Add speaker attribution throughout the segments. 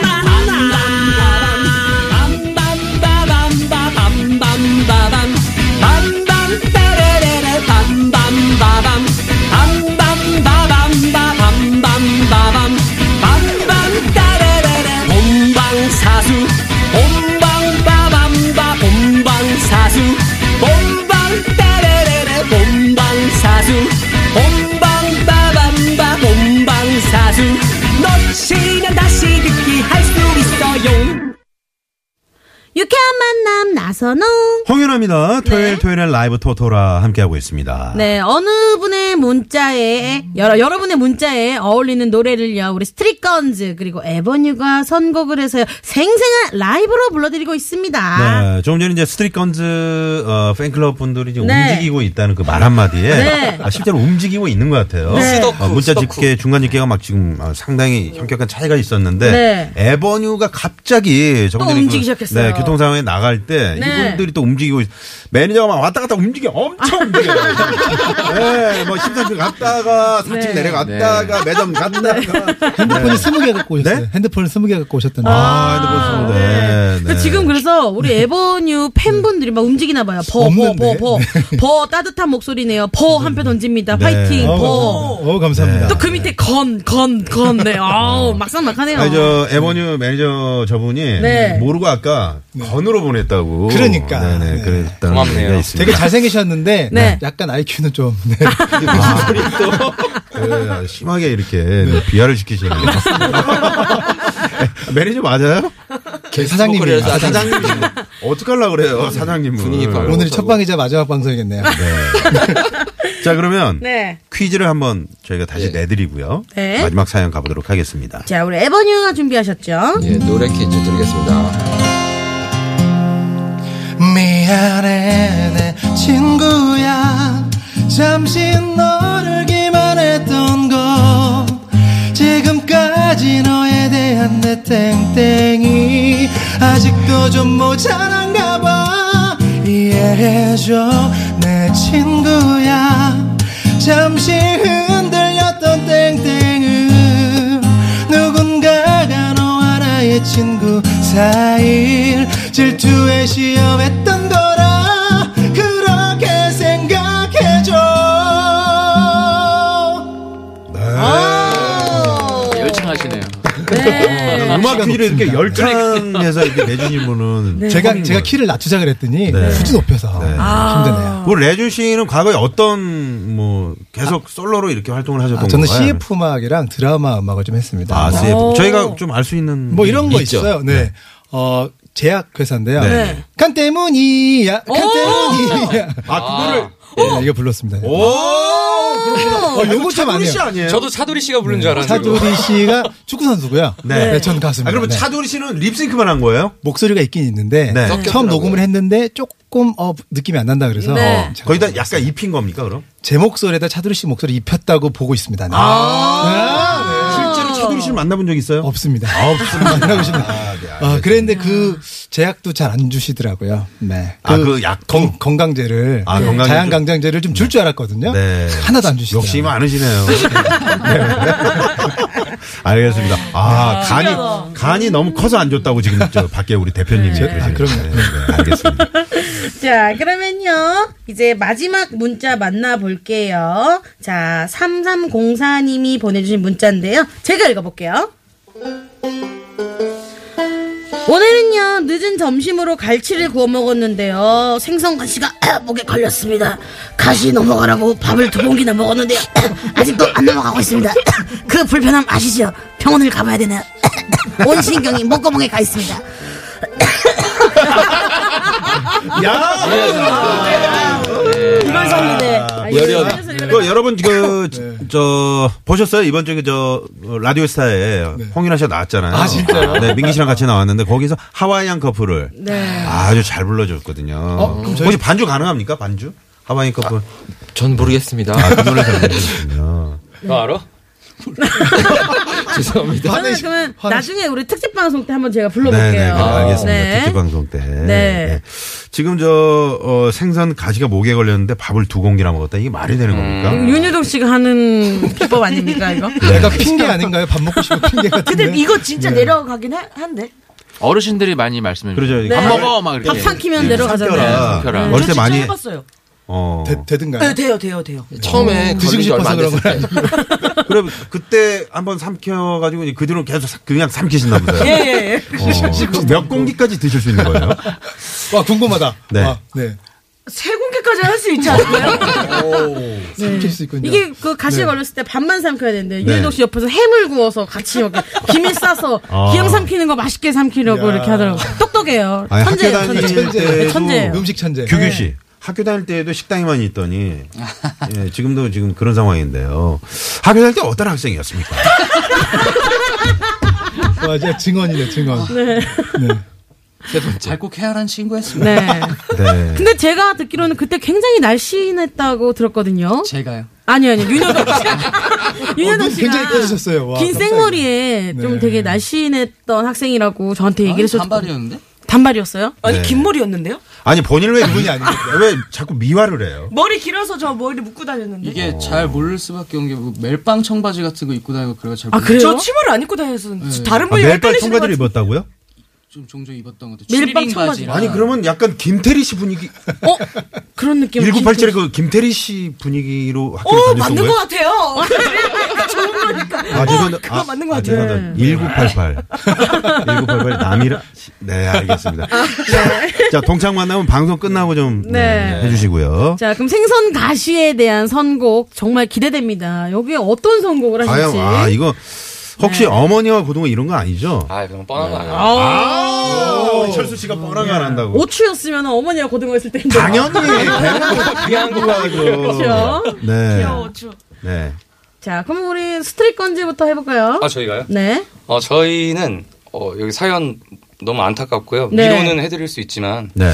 Speaker 1: 만남 빰빰빠밤빠밤빰빰빠밤 빰빰빠레레레 빰빰빠밤 빰빰빠밤빠밤빰빰빠밤 빰빰따레레레 본방사수 본방빠밤빠 본방사수 본방따레레레 본방사수 본방빠밤빠 본방사수 놓치면 다시 듣기 할 수 있어요
Speaker 2: 유쾌한 만남 나선홍.
Speaker 3: 홍윤아입니다. 토요일 토요일에 라이브 토토라 함께하고 있습니다.
Speaker 2: 네, 어느 분의 문자에 여러 여러분의 문자에 어울리는 노래를요. 우리 스트릿건즈 그리고 에버뉴가 선곡을 해서요. 생생한 라이브로 불러드리고 있습니다.
Speaker 3: 네, 조금 전에 이제 스트릿건즈 어, 팬클럽 분들이 지금
Speaker 2: 아. 네.
Speaker 3: 움직이고 있다는 그 말 한마디에
Speaker 2: 네.
Speaker 3: 아, 실제로 움직이고 있는 것 같아요.
Speaker 2: 네.
Speaker 1: 수도쿠,
Speaker 3: 어, 문자
Speaker 1: 수도쿠.
Speaker 3: 집계 중간 집계가 막 지금 어, 상당히 현격한 차이가 있었는데
Speaker 2: 네.
Speaker 3: 에버뉴가 갑자기 조금 전에 그,
Speaker 2: 움직이기 시작했어요.
Speaker 3: 네, 교통 상황에 나갈 때
Speaker 2: 네.
Speaker 3: 이분들이 또 움직이고 있- 매니저가 막 왔다 갔다 움직여 엄청
Speaker 2: 아.
Speaker 3: 움직여요. 네, 뭐 심사평 갔다가
Speaker 2: 네.
Speaker 3: 사층 내려갔다가 매점 갔다가
Speaker 4: 핸드폰이 스무 개 갖고 오셨어요.
Speaker 3: 네?
Speaker 4: 핸드폰을 스무 개 갖고 오셨던데.
Speaker 3: 아, 핸드폰 쓰는데. 네.
Speaker 2: 근데 지금 그래서 우리 에버뉴 팬분들이 막 움직이나 봐요. 버, 버, 버,
Speaker 4: 없는데?
Speaker 2: 버. 버 따뜻한 목소리네요. 버 한 표 던집니다.
Speaker 3: 네.
Speaker 2: 파이팅.
Speaker 4: 어,
Speaker 2: 버.
Speaker 4: 감사합니다. 어, 감사합니다.
Speaker 2: 또 그 밑에 건, 건, 건. 네. 아우, 막상막하네요.
Speaker 3: 아니, 저, 에버뉴 매니저 저분이
Speaker 2: 어. 네.
Speaker 3: 모르고 아까 건으로 보냈다고.
Speaker 4: 그러니까.
Speaker 3: 네네,
Speaker 4: 네.
Speaker 3: 그랬다는
Speaker 1: 고맙네요.
Speaker 3: 얘기가 있습니다.
Speaker 4: 되게 잘생기셨는데
Speaker 2: 네.
Speaker 4: 약간 IQ는 좀 네.
Speaker 3: 네, 심하게 이렇게 비하를 시키시는 것 같습니다. 매니저 맞아요?
Speaker 4: 사장님이
Speaker 1: 그래서
Speaker 4: 아, 사장님. 어,
Speaker 3: 사장님. 어떡하려고 그래요, 사장님. 분위기
Speaker 4: 오늘이 첫 방이자 마지막 방송이겠네요.
Speaker 3: 자, 그러면
Speaker 2: 네.
Speaker 3: 퀴즈를 한번 저희가 다시 내드리고요.
Speaker 2: 네.
Speaker 3: 마지막 사연 가보도록 하겠습니다.
Speaker 2: 자, 우리 에버뉴가 준비하셨죠?
Speaker 5: 예, 노래 퀴즈 드리겠습니다.
Speaker 4: 미안해 내 친구야 잠시 너를 기만했던 것 지금까지 너에 대한 내 땡땡이 아직도 좀 모자란가 봐 이해해줘 내 친구야 잠시 흔들렸던 땡땡은 누군가가 너와 나의 친구 사이를 질투에 시험했던 거라 그렇게 생각해줘
Speaker 5: 열창하시네요.
Speaker 2: 네.
Speaker 3: 음악 퀴즈를 이렇게 열창해서 이렇게 내주신 분은
Speaker 2: 네.
Speaker 4: 제가 제가 키를 낮추자 그랬더니 굳이 높여서 아. 힘드네요.
Speaker 3: 우리 어. 뭐, 레준 씨는 과거에 어떤 뭐 계속 솔로로 이렇게 활동을 하셨던
Speaker 4: 아, 저는
Speaker 3: 건가요?
Speaker 4: CF 음악이랑 드라마 음악을 좀 했습니다.
Speaker 3: 네. 아, CF. 저희가 좀 알 수 있는
Speaker 4: 뭐 이런 거
Speaker 5: 있죠.
Speaker 4: 있어요 네. 어, 제약회사인데요.
Speaker 3: 네.
Speaker 4: 간 때문이야. 간 때문이야.
Speaker 3: 아, 그거를
Speaker 4: 네, 이거 불렀습니다.
Speaker 3: 오!
Speaker 4: 어, 요거 좀
Speaker 3: 차도리
Speaker 4: 아니에요.
Speaker 3: 씨 아니에요?
Speaker 5: 저도 차돌이 씨가 부른 줄 알았는데.
Speaker 4: 뭐 차두리 씨가 축구 선수고요.
Speaker 3: 네.
Speaker 4: 네. 전 가수입니다.
Speaker 3: 아, 그러면
Speaker 4: 네.
Speaker 3: 차도리 씨는 립싱크만 한 거예요?
Speaker 4: 목소리가 있긴 있는데
Speaker 3: 네.
Speaker 4: 처음
Speaker 5: 섞였더라고요.
Speaker 4: 녹음을 했는데 조금 어, 느낌이 안 난다 그래서
Speaker 2: 네.
Speaker 4: 어, 제가
Speaker 3: 거의 다 약간 입힌 겁니까, 그럼?
Speaker 4: 제 목소리에다 차두리 씨 목소리 입혔다고 보고 있습니다. 네.
Speaker 3: 아.
Speaker 4: 네, 네.
Speaker 3: 실제로 차도리 씨를 만나본 적 있어요?
Speaker 4: 없습니다.
Speaker 3: 아,
Speaker 4: 없습니다. 라고 싶네요. 어, 그랬는데 그 제약도 잘 안 주시더라고요. 네.
Speaker 3: 아, 그 약도?
Speaker 4: 건- 건강제를 네,
Speaker 3: 아, 건강제
Speaker 4: 자양
Speaker 3: 좀-
Speaker 4: 강장제를 좀 줄 줄 알았거든요.
Speaker 3: 네.
Speaker 4: 하나도 안 주시더라고요.
Speaker 3: 욕심이 많으시네요. 네. 알겠습니다. 아, 간이, 간이 너무 커서 안 줬다고 지금 저 밖에 우리 대표님이. 그러시네요.
Speaker 4: 아, 그럼요.
Speaker 3: 네, 네, 알겠습니다.
Speaker 2: 자, 그러면요. 이제 마지막 문자 만나볼게요. 자, 3304님이 보내주신 문자인데요. 제가 읽어볼게요. 오늘은요, 늦은 점심으로 갈치를 구워 먹었는데요. 생선 가시가 목에 걸렸습니다. 가시 넘어가라고 밥을 두 공기나 먹었는데요. 아직도 안 넘어가고 있습니다. 그 불편함 아시죠? 병원을 가봐야 되나요? 온 신경이 목구멍에 가 있습니다.
Speaker 3: 아.
Speaker 2: 이걸 썼는데.
Speaker 5: 열연.
Speaker 4: 네.
Speaker 3: 그 여러분 그, 저 보셨어요 이번 주에 저 어, 라디오스타에 홍윤아 씨가 나왔잖아요.
Speaker 4: 네. 아, 진짜요?
Speaker 3: 네 민기 씨랑 같이 나왔는데 거기서 하와이안 커플을 아주 잘 불러줬거든요.
Speaker 4: 어, 그럼 저희- 아.
Speaker 3: 혹시 반주 가능합니까 반주? 하와이안 커플
Speaker 5: 전 모르겠습니다.
Speaker 3: 아, 그 노래 잘 부르거든요.
Speaker 5: 너 알아? 죄송합니다.
Speaker 2: 저는 그러면
Speaker 4: 화내시-
Speaker 2: 나중에 우리 특집 방송 때 한번 제가
Speaker 3: 네네
Speaker 2: 불러볼게요.
Speaker 3: 알겠습니다.
Speaker 2: 어, 네.
Speaker 3: 특집 방송 때.
Speaker 2: 네.
Speaker 3: 지금 저 어, 생선 가시가 목에 걸렸는데 밥을 두 공기나 먹었다 이게 말이 되는 겁니까?
Speaker 2: 음.
Speaker 6: 윤여동 씨가 하는 기법 아닙니까 이거?
Speaker 3: 네.
Speaker 4: 내가 핑계 아닌가요? 밥 먹고 싶은 핑계 같은데.
Speaker 6: 근데 이거 진짜
Speaker 4: 네.
Speaker 6: 내려가긴 하- 한데
Speaker 5: 어르신들이 많이 말씀해
Speaker 3: 그러죠.
Speaker 5: 주세요.
Speaker 3: 네.
Speaker 5: 밥 먹어 막 이렇게.
Speaker 6: 밥 삼키면 내려가잖아요.
Speaker 3: 삼켜라.
Speaker 5: 삼켜라.
Speaker 3: 어릴
Speaker 2: 음.
Speaker 3: 때
Speaker 6: 진짜
Speaker 3: 많이
Speaker 6: 해봤어요.
Speaker 3: 어
Speaker 4: 되, 되든가요?
Speaker 6: 네, 돼요, 돼요, 돼요.
Speaker 5: 처음에 걸린 지 얼마 안 됐을 때.
Speaker 3: 그래 그때 한번 삼켜 가지고 그 뒤로 계속 삼- 그냥 삼키신다 보세요.
Speaker 6: 예, 예,
Speaker 2: 네.
Speaker 6: 예.
Speaker 3: 어, 그럼 몇 공기까지 드실 수 있는 거예요?
Speaker 4: 와 궁금하다.
Speaker 3: 네.
Speaker 4: 와, 네.
Speaker 6: 세 공개까지 할 수 있지 않나요?
Speaker 4: 삼킬 수 있군요.
Speaker 2: 이게 그 가시
Speaker 4: 네.
Speaker 2: 걸렸을 때 반만 삼켜야 되는데
Speaker 3: 네.
Speaker 2: 유해동 씨 옆에서 햄을 구워서 같이 여기 김에 싸서
Speaker 3: 아.
Speaker 2: 기왕 삼키는 거 맛있게 삼키려고
Speaker 4: 야.
Speaker 2: 이렇게 하더라고. 똑똑해요.
Speaker 3: 아니,
Speaker 2: 천재예요.
Speaker 3: 학교 다닐
Speaker 2: 그 네, 천재.
Speaker 3: 때도
Speaker 2: 천재예요.
Speaker 4: 뭐 음식 천재.
Speaker 3: 규규 씨 네. 학교 다닐 때에도 식당에만 있더니 예, 지금도 지금 그런 상황인데요. 학교 다닐 때 어떤 학생이었습니까?
Speaker 4: 와, 진짜 증언이네 증언. 네.
Speaker 7: 잘 꼭 헤아란 친구였습니다.
Speaker 2: 네.
Speaker 3: 네.
Speaker 2: 근데 제가 듣기로는 그때 굉장히 날씬했다고 들었거든요.
Speaker 7: 제가요.
Speaker 2: 아니 아니 윤여동 씨. 윤여동
Speaker 4: 어,
Speaker 2: 씨가
Speaker 4: 굉장히 커지셨어요. 와,
Speaker 2: 긴
Speaker 4: 깜짝이야.
Speaker 2: 생머리에 좀
Speaker 4: 네.
Speaker 2: 되게 날씬했던 학생이라고 저한테 얘기를
Speaker 7: 아니,
Speaker 2: 했었고
Speaker 7: 반발이었는데?
Speaker 2: 단발이었어요?
Speaker 6: 아니,
Speaker 3: 네.
Speaker 6: 긴 머리였는데요?
Speaker 3: 아니 본인 왜
Speaker 4: 그분이
Speaker 3: 미-
Speaker 4: 아니니까.
Speaker 3: 왜 자꾸 미화를 해요?
Speaker 6: 머리 길어서 저 머리 묶고 다녔는데.
Speaker 7: 이게
Speaker 8: 어.
Speaker 7: 잘 모를 수밖에 없는 게뭐 멜빵 청바지 같은 거 입고 다니고 그래가 잘
Speaker 2: 아
Speaker 7: 모르-
Speaker 2: 그래요?
Speaker 6: 저 치마를 안 입고 다녔었는데. 다른
Speaker 1: 뭐
Speaker 3: 아,
Speaker 6: 분이 왜
Speaker 3: 매일빨
Speaker 6: 끌리시는
Speaker 3: 청바지를
Speaker 6: 거지?
Speaker 3: 입었다고요?
Speaker 7: 좀 종종 입었던 것도
Speaker 2: 멜빵
Speaker 7: 멜빵
Speaker 2: 청바지.
Speaker 7: 청바지.
Speaker 3: 아니 그러면 약간 김태리 씨 분위기
Speaker 2: 어? 그런 느낌.
Speaker 3: 1987의 그 김태리 씨 분위기로
Speaker 6: 어,
Speaker 3: 학교를 다녔던
Speaker 6: 맞는
Speaker 3: 거예요?
Speaker 6: 것 같아요. 좋은 거니까.
Speaker 3: 아, 죄송합니다.
Speaker 6: 그거 맞는 것
Speaker 3: 아,
Speaker 6: 같아요.
Speaker 3: 죄송합니다. 1988. 1988 남이라. 네, 알겠습니다. 자, 동창 만나면 방송 끝나고 좀
Speaker 2: 네.
Speaker 3: 네, 해주시고요.
Speaker 2: 자, 그럼 생선 가시에 대한 선곡 정말 기대됩니다. 여기에 어떤 선곡을
Speaker 3: 과연,
Speaker 2: 하실지.
Speaker 3: 아, 이거 혹시 어머니와 고등어 이런 거 아니죠?
Speaker 5: 아, 그럼 뻔한
Speaker 7: 네.
Speaker 5: 거 아니야.
Speaker 3: 아, 철수 씨가 뻔하게 안 한다고.
Speaker 2: 오추였으면 어머니가 고등어 했을 텐데.
Speaker 3: 당연히 그냥 그거죠. 네. 네.
Speaker 2: 자, 그럼 우리 스트릿 건지부터 해볼까요?
Speaker 8: 아 저희가요?
Speaker 2: 네.
Speaker 8: 어 저희는 어, 여기 사연 너무 안타깝고요.
Speaker 2: 네.
Speaker 8: 위로는 해드릴 수 있지만
Speaker 3: 네.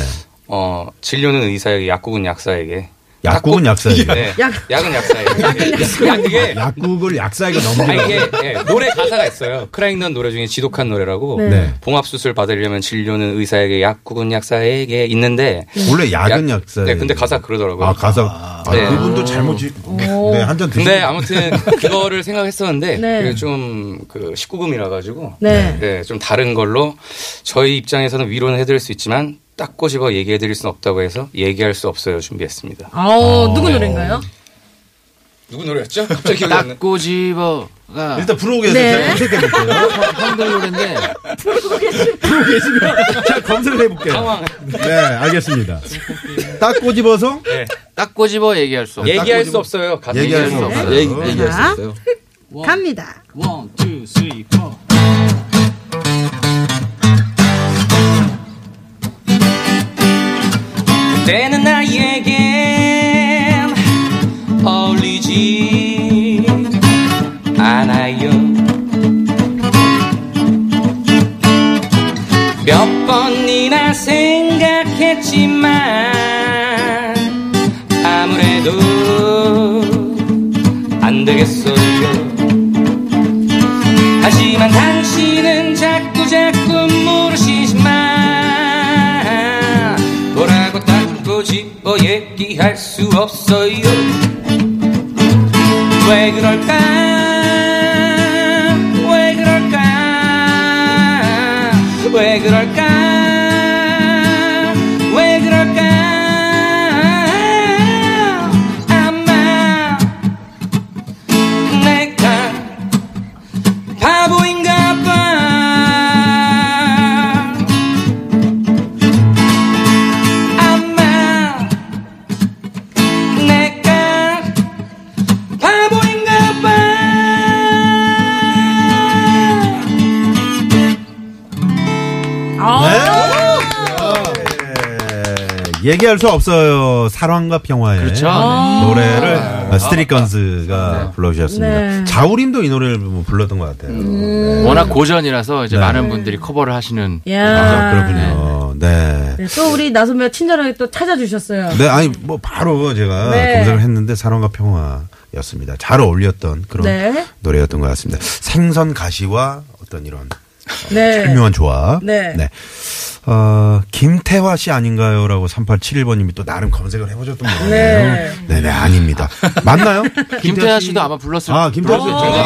Speaker 8: 어 진료는 의사에게, 약국은 약사에게.
Speaker 3: 약국은 약사에게.
Speaker 8: 네.
Speaker 2: 약-
Speaker 8: 약은 약사에게. 약 이게
Speaker 3: 약국을 약사에게
Speaker 8: 아
Speaker 3: 넘기는
Speaker 8: 이게 예, 노래 가사가 있어요. 크라잉넌 노래 중에 지독한 노래라고.
Speaker 2: 네.
Speaker 3: 네.
Speaker 8: 봉합 수술 받으려면 진료는 의사에게, 약국은 약사에게 있는데.
Speaker 3: 원래 약은 약사.
Speaker 8: 네, 근데 가사 그러더라고요.
Speaker 3: 아, 가사. 아,
Speaker 8: 네.
Speaker 3: 그분도 잘못 지.
Speaker 2: 오.
Speaker 3: 네, 한잔 드시고.
Speaker 8: 근데 아무튼 그거를 생각했었는데
Speaker 2: 네.
Speaker 8: 그게 좀그 19금이라 가지고
Speaker 2: 네.
Speaker 8: 네. 좀 다른 걸로 저희 입장에서는 위로는 해드릴 수 있지만 딱 꼬집어 얘기해드릴 수는 없다고 해서 얘기할 수 없어요 준비했습니다.
Speaker 2: 아우, 어, 누구 노래인가요?
Speaker 8: 누구 노래였죠? 갑자기 기억이 안 나.
Speaker 5: 딱 꼬집어가
Speaker 3: 일단 부르고 계세요.
Speaker 2: 네.
Speaker 3: 제가 검색해볼게요.
Speaker 5: 형들 노래인데
Speaker 3: 부르고 계시면 제가 검색을 해볼게요. 네, 알겠습니다. 딱 꼬집어서
Speaker 5: 딱 꼬집어 얘기할 수 없어.
Speaker 8: 얘기할 수 없어요. 가사
Speaker 3: 얘기할
Speaker 8: 얘기할
Speaker 3: 수
Speaker 8: 수
Speaker 3: 없어요. 없어요.
Speaker 8: 없어요.
Speaker 5: 얘기- 얘기할 수
Speaker 2: 자.
Speaker 5: 없어요.
Speaker 2: 갑니다.
Speaker 7: 원, 투, 쓰리, 포.
Speaker 8: 그때는 나에겐 어울리지 않아요 몇 번이나 생각했지만 아무래도 안 되겠어요 하지만 당신은 자꾸 자꾸 모르시지만 뭐라고 딱고 집어 얘기할 수 없어요 왜 그럴까 왜 그럴까 왜 그럴까 왜 그럴까 아마 내가 바보인가 봐 아마 내가 바보인가 봐
Speaker 2: 아.
Speaker 3: 네, 얘기할 수 없어요. 사랑과 평화의
Speaker 5: 그렇죠.
Speaker 2: 아.
Speaker 3: 노래를
Speaker 5: 아.
Speaker 3: 스트릿건스가 불러주셨습니다.
Speaker 2: 네. 음.
Speaker 3: 자우림도 이 노래를 뭐 불렀던 것 같아요.
Speaker 5: 워낙 고전이라서 이제
Speaker 3: 네.
Speaker 5: 많은 분들이 커버를 하시는
Speaker 3: 아,
Speaker 2: 야
Speaker 3: 그렇군요. 네.
Speaker 2: 네, 또 우리 나선배가 친절하게 또 찾아주셨어요.
Speaker 3: 네, 아니 뭐 바로 제가
Speaker 2: 네.
Speaker 3: 검색을 했는데 사랑과 평화였습니다. 잘 어울렸던 그런
Speaker 2: 네.
Speaker 3: 노래였던 것 같습니다. 생선 가시와 어떤 이런
Speaker 2: 네.
Speaker 3: 현명한 조합.
Speaker 2: 네.
Speaker 3: 어, 김태화 씨 아닌가요? 라고 3871번님이 또 나름 검색을 해보셨던 모양이에요.
Speaker 2: 네.
Speaker 3: 네네, 아닙니다. 맞나요?
Speaker 5: 김태하 씨도 아마 불렀을
Speaker 3: 아, 김태화 씨.
Speaker 5: 불렀을 텐데.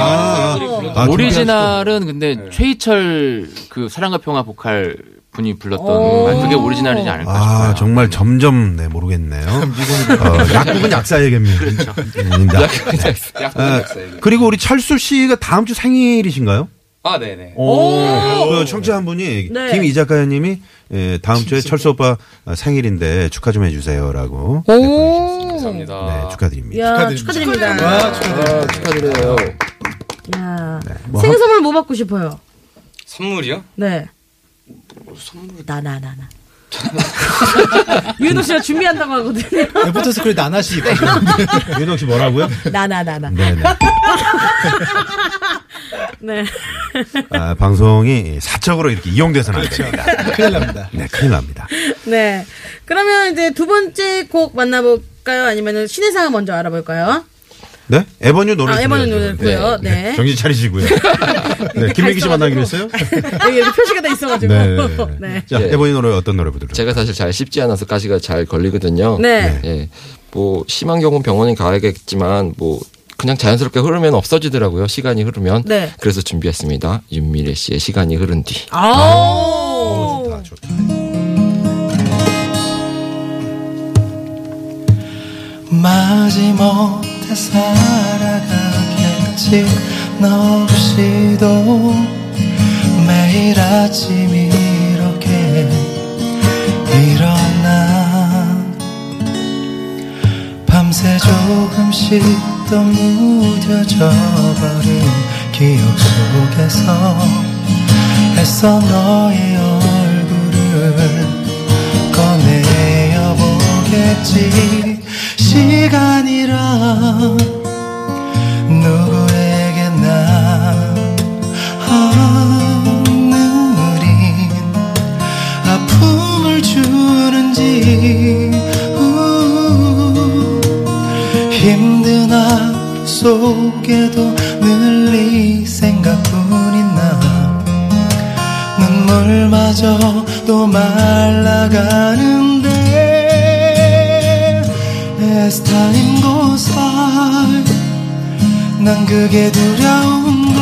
Speaker 3: 아, 아,
Speaker 5: 오리지널은 근데
Speaker 4: 네.
Speaker 5: 최희철 그 사랑과 평화 보컬 분이 불렀던 아, 네, 그게 오리지널이지 않을까 싶어요.
Speaker 3: 아, 정말 점점, 네, 모르겠네요. 어, 약국은 약사에게입니다. 약국은 그리고 우리 철수 씨가 다음 주 생일이신가요?
Speaker 9: 아, 네네.
Speaker 3: 오, 그 청취자 한 분이
Speaker 2: 네.
Speaker 3: 김이작 가연님이 예, 다음 주에 철수 오빠 생일인데 축하 좀 해주세요라고 네, 보내주셨습니다.
Speaker 9: 감사합니다.
Speaker 3: 네, 축하드립니다.
Speaker 2: 야, 축하드립니다.
Speaker 10: 축하드립니다. 와, 축하드려요. 축하드려요. 네.
Speaker 2: 야.
Speaker 3: 뭐
Speaker 2: 생일 선물 뭐 받고 싶어요?
Speaker 9: 선물이요?
Speaker 2: 네. 선물 나 나 나 나.
Speaker 9: 뭐-
Speaker 2: 유도 씨가 준비한다고 하거든요.
Speaker 10: 애프터 스쿨 나나씨
Speaker 4: 네.
Speaker 3: 윤호 씨 뭐라고요?
Speaker 2: 나 나 나 나.
Speaker 3: 네네.
Speaker 2: 네.
Speaker 3: 아, 방송이 사적으로 이렇게 이용돼서는 안 됩니다.
Speaker 10: 큰일 납니다.
Speaker 3: 네, 큰일 납니다.
Speaker 2: 네. 그러면 이제 두 번째 곡 만나볼까요? 아니면 신의 상황 먼저 알아볼까요?
Speaker 3: 네? 에버뉴 노래.
Speaker 2: 아, 에버뉴 노래 듣고요. 네.
Speaker 3: 정신 차리시고요. 네, 김민기 씨 만나기로 했어요?
Speaker 2: 여기 이렇게 표시가 다 있어가지고.
Speaker 3: 네.
Speaker 2: 네.
Speaker 3: 자, 에버뉴 노래 어떤 노래 부르죠?
Speaker 11: 제가 사실 잘 씹지 않아서 가시가 잘 걸리거든요.
Speaker 2: 네.
Speaker 11: 예. 뭐 심한 경우는 병원에 가야겠지만 뭐 그냥 자연스럽게 흐르면 없어지더라고요. 시간이 흐르면.
Speaker 2: 네.
Speaker 11: 그래서 준비했습니다. 윤미래 씨의 시간이 흐른 뒤.
Speaker 2: 아우.
Speaker 3: 다 좋다.
Speaker 4: 마지못해 살아가겠지 너 없이도 매일 아침 이렇게 일어나 밤새 조금씩 또 무뎌져 버린 기억 속에서 애써 너의 얼굴을 꺼내어 보겠지 시간이란 누구에게나 오늘인 아픔을 주는지 우, 힘든 하루 속에도 늘 이 생각뿐인 나 눈물마저도 말라가는데 에스타인 고살 난 그게 두려운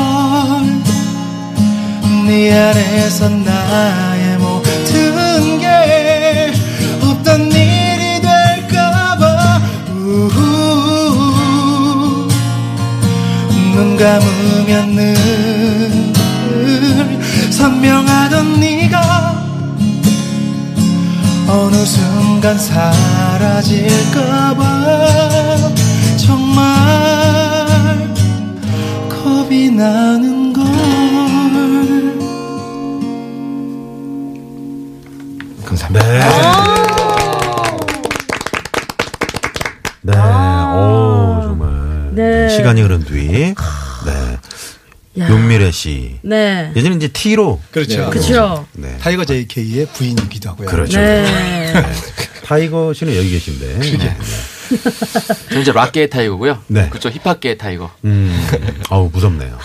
Speaker 4: 걸네 안에서 나의 모든 게 없던 일이 될까봐 우후. 눈 감으면 늘 선명하던 네가 어느 순간 사라질까봐 정말 겁이 나는 걸
Speaker 3: 감사합니다. 네. 네. 오, 정말.
Speaker 2: 아. 네.
Speaker 3: 시간이 흐른 뒤. 네.
Speaker 2: 야.
Speaker 3: 윤미래 씨.
Speaker 2: 네.
Speaker 3: 예전에 이제 T로.
Speaker 10: 그렇죠.
Speaker 2: 그렇죠.
Speaker 3: 네.
Speaker 10: 타이거 JK의 부인이기도 하고요.
Speaker 3: 그렇죠.
Speaker 2: 네.
Speaker 3: 타이거 씨는 여기 계신데. 네.
Speaker 5: 저는 이제 락계의 타이거고요.
Speaker 3: 네.
Speaker 5: 그쵸 힙합계의 타이거.
Speaker 4: 네.
Speaker 3: 음. 아우, 무섭네요.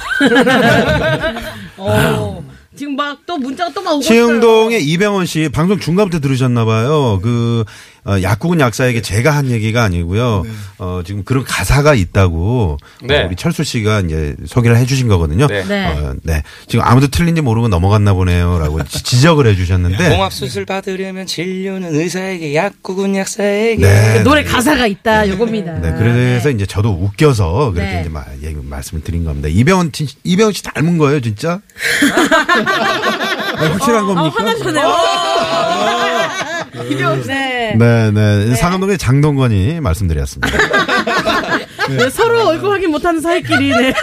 Speaker 2: 어. 지금 막 또 문자가 또 막 오고
Speaker 3: 시흥동의 이병헌 씨 방송 중간부터 들으셨나봐요. 그 어, 약국은 약사에게 제가 한 얘기가 아니고요.
Speaker 2: 네.
Speaker 3: 어, 지금 그런 가사가 있다고
Speaker 9: 네.
Speaker 3: 어, 우리 철수 씨가 이제 소개를 해주신 거거든요.
Speaker 9: 네.
Speaker 2: 네.
Speaker 3: 어, 네. 지금 아무도 틀린지 모르고 넘어갔나 보네요라고 지- 지적을 해주셨는데.
Speaker 9: 봉합 수술 받으려면 진료는 의사에게 약국은 약사에게
Speaker 3: 네.
Speaker 2: 있어요. 그 노래 가사가 있다. 요겁니다.
Speaker 3: 네, 그래서 이제 저도 웃겨서 그렇게
Speaker 2: 네.
Speaker 3: 이제 마, 얘기, 말씀을 드린 겁니다. 이병헌 씨, 이병헌 씨 닮은 거예요, 진짜? 네, 확실한
Speaker 2: 어,
Speaker 3: 겁니까?
Speaker 2: 이병 네.
Speaker 3: 네, 네. 상암동의 장동건이 말씀드렸습니다.
Speaker 2: 네, 서로 얼굴 확인 못하는 사이끼리. 네.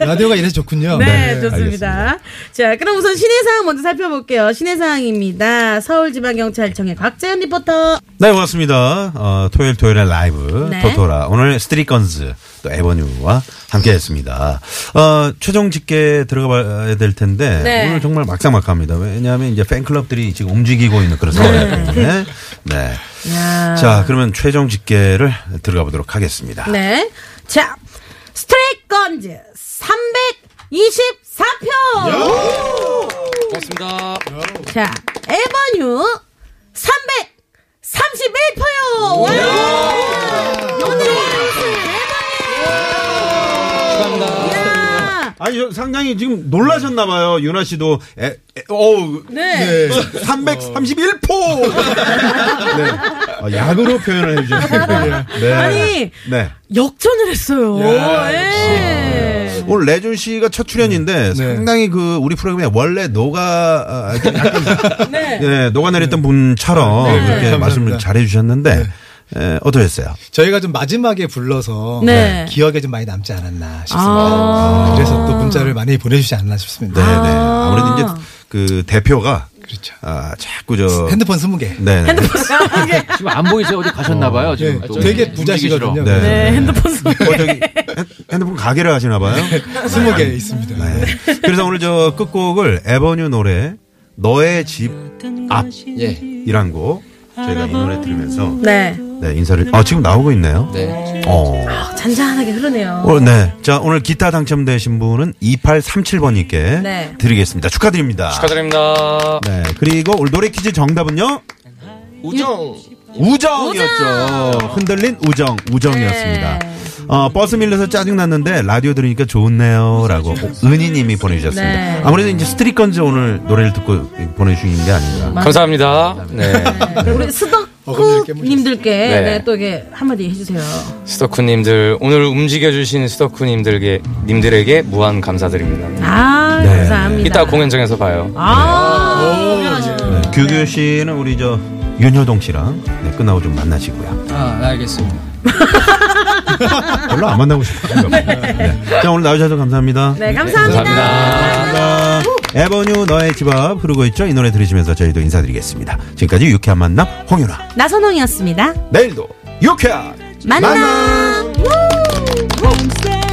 Speaker 10: 라디오가 이래서 좋군요.
Speaker 2: 네,
Speaker 3: 네,
Speaker 2: 좋습니다. 자, 그럼 우선 시내 상황 먼저 살펴볼게요. 시내 상황입니다. 서울지방경찰청의 곽재현 리포터.
Speaker 3: 네, 고맙습니다. 어, 토요일 토요일에 라이브
Speaker 2: 네.
Speaker 3: 토토라 오늘 스트리건즈 또 에버뉴와 함께했습니다. 어, 최종 집계 들어가봐야 될 텐데
Speaker 2: 네.
Speaker 3: 오늘 정말 막상막합니다. 왜냐하면 이제 팬클럽들이 지금 움직이고 있는 그런 상황이기 때문에 네.
Speaker 2: 야.
Speaker 3: 자, 그러면 최종 집계를 들어가 보도록 하겠습니다.
Speaker 2: 네. 자, 스트레이건즈 324표!
Speaker 8: 고맙습니다.
Speaker 2: 자, 에버뉴 331표요! 와! 오늘의
Speaker 3: 아니 저 상당히 지금 놀라셨나봐요 유나 씨도 에, 에, 어우
Speaker 2: 네. 어.
Speaker 3: 331포 네. 어, 약으로 표현을 해주셨습니다 네.
Speaker 6: 아니.
Speaker 3: 네.
Speaker 6: 역전을 했어요.
Speaker 3: 야,
Speaker 6: 예.
Speaker 3: 오늘 레준 씨가 첫 출연인데
Speaker 4: 네.
Speaker 3: 상당히 그 우리 프로그램에 원래 녹아 아, 약간
Speaker 6: 네.
Speaker 3: 예, 녹아내렸던 분처럼
Speaker 4: 네,
Speaker 3: 그렇게
Speaker 4: 감사합니다. 네.
Speaker 3: 말씀을 잘해주셨는데 예, 어떠셨어요?
Speaker 4: 저희가 좀 마지막에 불러서
Speaker 6: 네.
Speaker 4: 기억에 좀 많이 남지 않았나 싶습니다.
Speaker 6: 아.
Speaker 4: 그래서 또 문자를 많이 보내주지 않았나 싶습니다.
Speaker 3: 네네 아무래도 이제 그 대표가 아, 자꾸 저
Speaker 4: 그렇죠. 핸드폰 20개.
Speaker 3: 네네.
Speaker 5: 지금 안 보이세요? 어디 가셨나봐요. 지금
Speaker 4: 네,
Speaker 5: 아, 또.
Speaker 4: 되게
Speaker 5: 움직이시러.
Speaker 4: 부자시거든요.
Speaker 3: 네.
Speaker 6: 네, 핸드폰 소리.
Speaker 3: 어, 저기 핸- 핸드폰 가게를 하시나봐요.
Speaker 4: 네. 20개 있습니다.
Speaker 3: 네. 그래서 오늘 저 끝곡을 에버뉴 노래 너의 집
Speaker 11: 예.
Speaker 3: 앞이란 곡 저희가 이 노래 들으면서
Speaker 2: 네.
Speaker 3: 네, 인사를 아 지금 나오고 있네요.
Speaker 11: 네.
Speaker 3: 어.
Speaker 2: 잔잔하게 흐르네요.
Speaker 3: 오늘 네. 자, 오늘 기타 당첨되신 분은 2837번님께
Speaker 2: 네.
Speaker 3: 드리겠습니다. 축하드립니다.
Speaker 8: 축하드립니다.
Speaker 3: 네. 그리고 오늘 노래 퀴즈 정답은요?
Speaker 11: 우정.
Speaker 3: 우정이었죠. 흔들린 우정, 우정이었습니다.
Speaker 2: 네.
Speaker 3: 어, 버스 밀려서 짜증났는데 라디오 들으니까 좋네요. 라고 은희님이 보내주셨습니다.
Speaker 2: 네.
Speaker 3: 아무래도 이제 스트릿건즈 오늘 노래를 듣고 보내주신 게 아닌가.
Speaker 8: 감사합니다. 네.
Speaker 2: 네. 우리 스덕쿠님들께 네. 또 이게 한마디 해주세요.
Speaker 8: 스덕후님들 오늘 움직여주신 스덕후님들께 님들에게 무한 감사드립니다.
Speaker 2: 아,
Speaker 3: 네.
Speaker 2: 감사합니다.
Speaker 8: 이따 공연장에서 봐요.
Speaker 2: 아, 공연하시는
Speaker 3: 네. 규규 씨는 우리 저 윤효동 씨랑 네, 끝나고 좀 만나시고요.
Speaker 7: 아, 네, 알겠습니다.
Speaker 3: 별로 안 만나고 싶은가 봐요. 네. 자, 오늘 나오셔서 감사합니다.
Speaker 2: 네, 감사합니다.
Speaker 3: 에버뉴 너의 집 앞 흐르고 있죠. 이 노래 들으시면서 저희도 인사드리겠습니다. 지금까지 유쾌한 만남 홍윤아.
Speaker 2: 나선홍이었습니다.
Speaker 3: 내일도 유쾌한
Speaker 2: 만나. 우! 우!